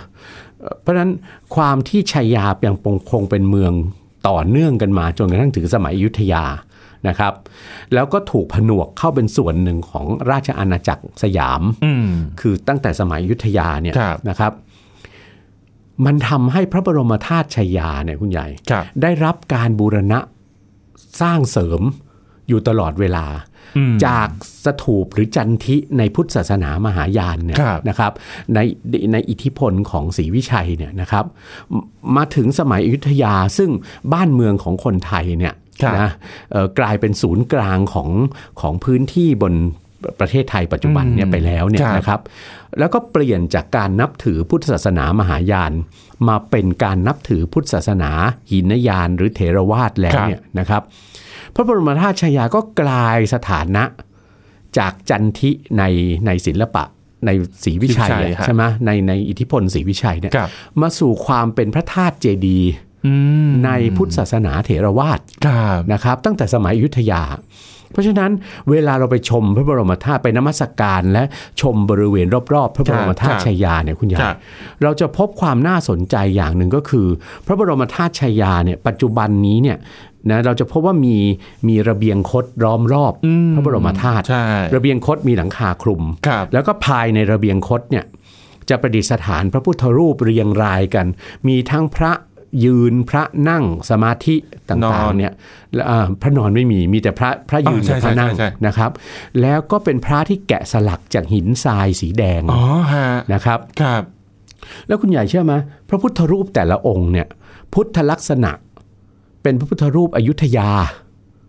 [SPEAKER 3] เอ่อเพราะฉะนั้นความที่ชัยยายังคงเป็นเมืองต่อเนื่องกันมาจนกระทั่งถึงสมัยอยุธยานะครับ แล้วก็ถูกผนวกเข้าเป็นส่วนหนึ่งของราชอาณาจักรสยาม
[SPEAKER 2] อืม
[SPEAKER 3] คือตั้งแต่สมัยอยุธยาเนี่ย
[SPEAKER 2] ครับ
[SPEAKER 3] นะครับ มันทำให้พระบรมธาตุชัยยาเนี่ยคุณใหญ่
[SPEAKER 2] ครับ
[SPEAKER 3] ได้รับการบูรณะสร้างเสริมอยู่ตลอดเวลา
[SPEAKER 2] อืม
[SPEAKER 3] จากสถูปหรือจันทิในพุทธศาสนามหายานเนี่ย
[SPEAKER 2] ครับ
[SPEAKER 3] นะครับในในอิทธิพลของศรีวิชัยเนี่ยนะครับมมาถึงสมัยอยุธยาซึ่งบ้านเมืองของคนไทยเนี่ย
[SPEAKER 2] ครับ
[SPEAKER 3] นะเอ่อกลายเป็นศูนย์กลางของของพื้นที่บนประเทศไทยปัจจุบันเนี่ยไปแล้วเนี่ย
[SPEAKER 2] ครับ
[SPEAKER 3] นะครับ แล้วก็เปลี่ยนจากการนับถือพุทธศาสนามหายาน มาเป็นการนับถือพุทธศาสนา หินยานหรือเถรวาทแล้ว
[SPEAKER 2] ครับ
[SPEAKER 3] เนี่ยนะครับ พระบรมธาตุชายาก็กลายสถานะจากจันทิในในศิลปะในศรีวิชัย
[SPEAKER 2] ศรีวิชัย
[SPEAKER 3] อะ
[SPEAKER 2] ฮะ
[SPEAKER 3] ใช่ไหมในในอิทธิพลศรีวิชัยเนี่ย
[SPEAKER 2] ครับ
[SPEAKER 3] มาสู่ความเป็นพระธาตุเจดีย์
[SPEAKER 2] อืม
[SPEAKER 3] ในพุทธศาสนาเถรวาท
[SPEAKER 2] ครับ
[SPEAKER 3] นะครับ ตั้งแต่สมัยอยุธยา เพราะฉะนั้นเวลาเราไปชมพระบรมธาตุไปนมัสการและชมบริเวณรอบๆ พระบรม
[SPEAKER 2] ค
[SPEAKER 3] ธาตุ
[SPEAKER 2] รับ
[SPEAKER 3] ชัยยาเนี่ยคุณยา
[SPEAKER 2] ครั
[SPEAKER 3] ย
[SPEAKER 2] บ
[SPEAKER 3] เราจะพบความน่าสนใจอย่างหนึ่งก็คือ พระบรมธาตุชัยยาเนี่ยปัจจุบันนี้เนี่ยนะเราจะพบว่ามีมีระเบียงคดล้อมรอบพระบรมธาตุ
[SPEAKER 2] ใช่
[SPEAKER 3] ระเบียงคดมีหลังคาคลุม
[SPEAKER 2] ครับ
[SPEAKER 3] แล้วก็ภายในระเบียงคดเนี่ยจะประดิษฐานพระพุทธรูปเรียงรายกัน มีทั้งพระยืนพระนั่งสมาธิ
[SPEAKER 2] น
[SPEAKER 3] ต่าง
[SPEAKER 2] อน
[SPEAKER 3] ๆเนี่ยและอ่าพระนอนไม่มีมีแต่พระพระยืน
[SPEAKER 2] อ่าใช่
[SPEAKER 3] กับพระนั่ง
[SPEAKER 2] ใช่ใช่ใช่
[SPEAKER 3] นะครับ แล้วก็เป็นพระที่แกะสลักจากหินทรายสีแดง
[SPEAKER 2] อ๋อฮะ
[SPEAKER 3] นะครับ
[SPEAKER 2] ครับ
[SPEAKER 3] แล้วคุณใหญ่เชื่อไหมพระพุทธรูปแต่ละองค์เนี่ยพุทธลักษณะ เป็นพระพุทธรูปอยุธยา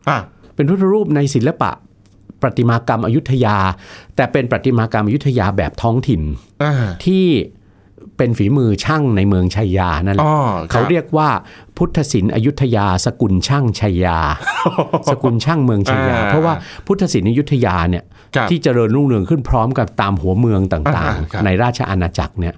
[SPEAKER 2] อ่ะ
[SPEAKER 3] เป็นพุทธรูปในศิลปะประติมากรรมอยุธยา แต่เป็นประติมากรรมอยุธยาแบบท้องถิ่น
[SPEAKER 2] อ่า
[SPEAKER 3] ที่เป็นฝีมือช่างในเมืองชัยยานั่นแห
[SPEAKER 2] อ๋
[SPEAKER 3] ละ
[SPEAKER 2] อคบ
[SPEAKER 3] เขาเรียกว่าพุทธศิลป์อยุธยา สกุลช่างชัย ยา สกุลช่างเมืองชัยยา
[SPEAKER 2] อ่
[SPEAKER 3] เพราะว่าพุทธศิลป์อยุธยาเนี่ย
[SPEAKER 2] ครับ
[SPEAKER 3] ที่เจริญรุ่งเรืองขึ้นพร้อมกับตามหัวเมืองต่าง
[SPEAKER 2] อ่าครับ
[SPEAKER 3] ๆ ในราชอาณาจักรเนี่ย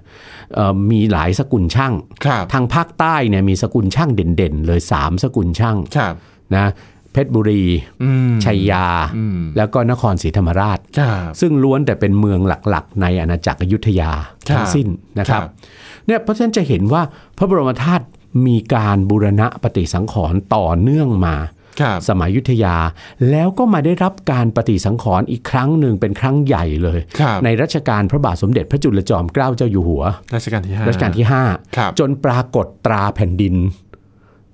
[SPEAKER 3] เอ่อมีหลายสกุลช่าง
[SPEAKER 2] ครับ
[SPEAKER 3] ทางภาคใต้เนี่ยมีสกุลช่างเด่นๆ เลย 3 สกุลช่าง
[SPEAKER 2] ครับ
[SPEAKER 3] นะเพชรบุรี
[SPEAKER 2] อืม
[SPEAKER 3] ชัยยา
[SPEAKER 2] อืม
[SPEAKER 3] แล้วก็นครศรีธรรมราช
[SPEAKER 2] ครับ
[SPEAKER 3] ซึ่งล้วนแต่เป็นเมืองหลักๆ ในอาณาจักรอยุธยา
[SPEAKER 2] ครับ
[SPEAKER 3] ทั้งสิ้นนะครับ
[SPEAKER 2] ครับ
[SPEAKER 3] เนี่ยเพราะฉะนั้นจะเห็นว่าพระบรมธาตุมีการบูรณะปฏิสังขรณ์ต่อเนื่องมา
[SPEAKER 2] ครับ
[SPEAKER 3] สมัยอยุธยา แล้วก็มาได้รับการปฏิสังขรณ์อีกครั้งหนึ่งเป็นครั้งใหญ่เลย
[SPEAKER 2] ครับ
[SPEAKER 3] ในรัชกาลพระบาทสมเด็จพระจุลจอมเกล้าเจ้าอยู่หัว
[SPEAKER 2] รัชกาลที่ห้า
[SPEAKER 3] รัชกาลที่ห้า
[SPEAKER 2] ครับ
[SPEAKER 3] จนปรากฏตราแผ่นดิน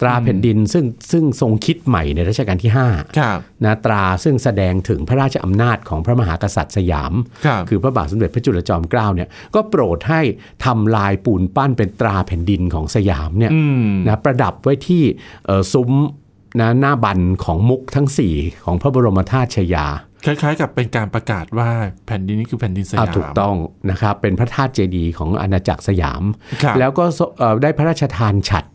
[SPEAKER 3] ตราแผ่นดินซึ่งซึ่งทรงคิดใหม่ในรัชกาลที่ห้า
[SPEAKER 2] ครับ
[SPEAKER 3] นะตราซึ่งแสดงถึงพระราชอำนาจของพระมหากษัตริย์สยาม
[SPEAKER 2] ครับ
[SPEAKER 3] คือพระบาทสมเด็จพระจุลจอมเกล้าเนี่ยก็โปรดให้ทำลายปูนปั้นเป็นตราแผ่นดินของสยามเนี่ย
[SPEAKER 2] อืม
[SPEAKER 3] นะประดับไว้ที่เอ่อซุ้มนะหน้าบันของมุกทั้ง 4 ของพระบรมธาตุชยา
[SPEAKER 2] คล้ายๆ กับเป็นการประกาศว่าแผ่นดินนี้คือแผ่นดิน
[SPEAKER 3] อ่าย
[SPEAKER 2] สาม
[SPEAKER 3] ถูกต้องนะครับเป็นพระธาตุเจดีย์ของอาณาจักรสยาม
[SPEAKER 2] ครับ
[SPEAKER 3] แล้วก็สเอ่อได้พระราชทานฉัตร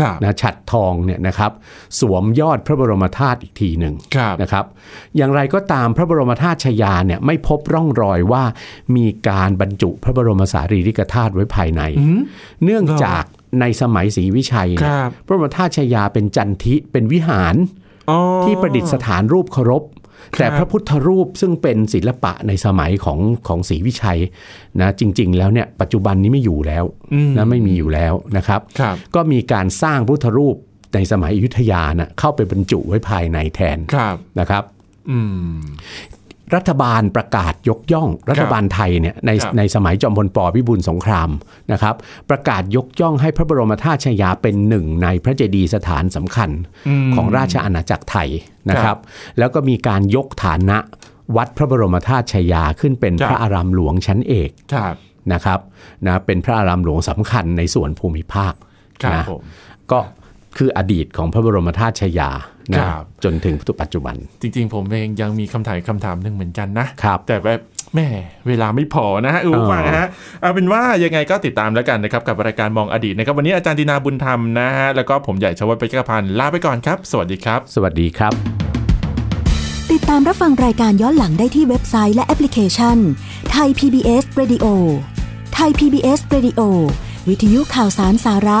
[SPEAKER 2] ครับ
[SPEAKER 3] นะฉัตรทองเนี่ยนะครับสวมยอดพระบรมธาตุอีกทีหนึ่ง
[SPEAKER 2] ครับ
[SPEAKER 3] นะครับอย่างไรก็ตามพระบรมธาตุชยาเนี่ยไม่พบร่องรอยว่ามีการบรรจุพระบรมสารีริกธาตุไว้ภายใน เนื่องจากในสมัยศรีวิชัย
[SPEAKER 2] ค
[SPEAKER 3] เนี่ย
[SPEAKER 2] รับ
[SPEAKER 3] พระบรมธาตุชยาเป็นจันทิเป็นวิหาร
[SPEAKER 2] อ๋อ
[SPEAKER 3] ที่ประดิษฐานรูปเคารพ แต่
[SPEAKER 2] ครับ
[SPEAKER 3] พระพุทธรูปซึ่งเป็นศิลปะในสมัยของของศรีวิชัยนะจริง ๆ แล้วเนี่ยปัจจุบันนี้ไม่อยู่แล้วนะไม่มีอยู่แล้วนะครับ
[SPEAKER 2] ครับ
[SPEAKER 3] ก็มีการสร้างพุทธรูปในสมัยอยุธยานะเข้าไปบรรจุไว้ภายในแทน
[SPEAKER 2] ครับ
[SPEAKER 3] นะครับ
[SPEAKER 2] อืม
[SPEAKER 3] รัฐบาลประกาศยกย่อง รัฐบาลไทยเนี่ยใน
[SPEAKER 2] ครับ
[SPEAKER 3] ในสมัยจอมพลปพิบูลสงครามนะครับ ประกาศยกย่องให้พระบรมธาตุชยาเป็นหนึ่งในพระเจดีย์สถานสำคัญของราชอาณาจักรไทยนะครับ แล้วก็มีการยกฐานะวัดพระบรมธาตุชยาขึ้นเป็นพระอารามหลวงชั้นเอก
[SPEAKER 2] ครับ
[SPEAKER 3] นะครับนะเป็นพระอารามหลวงสำคัญในส่วนภูมิภาค
[SPEAKER 2] ครับ
[SPEAKER 3] นะ
[SPEAKER 2] ผม
[SPEAKER 3] ก็คืออดีตของพระบรมธาตุชยานะครับ จนถึงปัจจุบัน
[SPEAKER 2] จริงๆ ผมเองยังมีคำถามคำถามหนึ่งเหมือนกันนะ
[SPEAKER 3] ครับ
[SPEAKER 2] แต่แบบแหม่เวลาไม่พอนะฮะคุณผู้ฟัง
[SPEAKER 3] เออ
[SPEAKER 2] ฮะเอาเป็นว่ายังไงก็ติดตามแล้วกันนะครับกับรายการมองอดีตนะครับวันนี้อาจารย์ตินาบุญธรรมนะฮะแล้วก็ผมใหญ่ชวัฒน์ไปกระพันธ์ลาไปก่อนครับ สวัสดีครับ
[SPEAKER 3] สวัสดีครับ
[SPEAKER 1] ติดตามรับฟังรายการย้อนหลังได้ที่เว็บไซต์และแอปพลิเคชันไทย PBS Radio ไทย PBS Radio วิทยุข่าวสารสาระ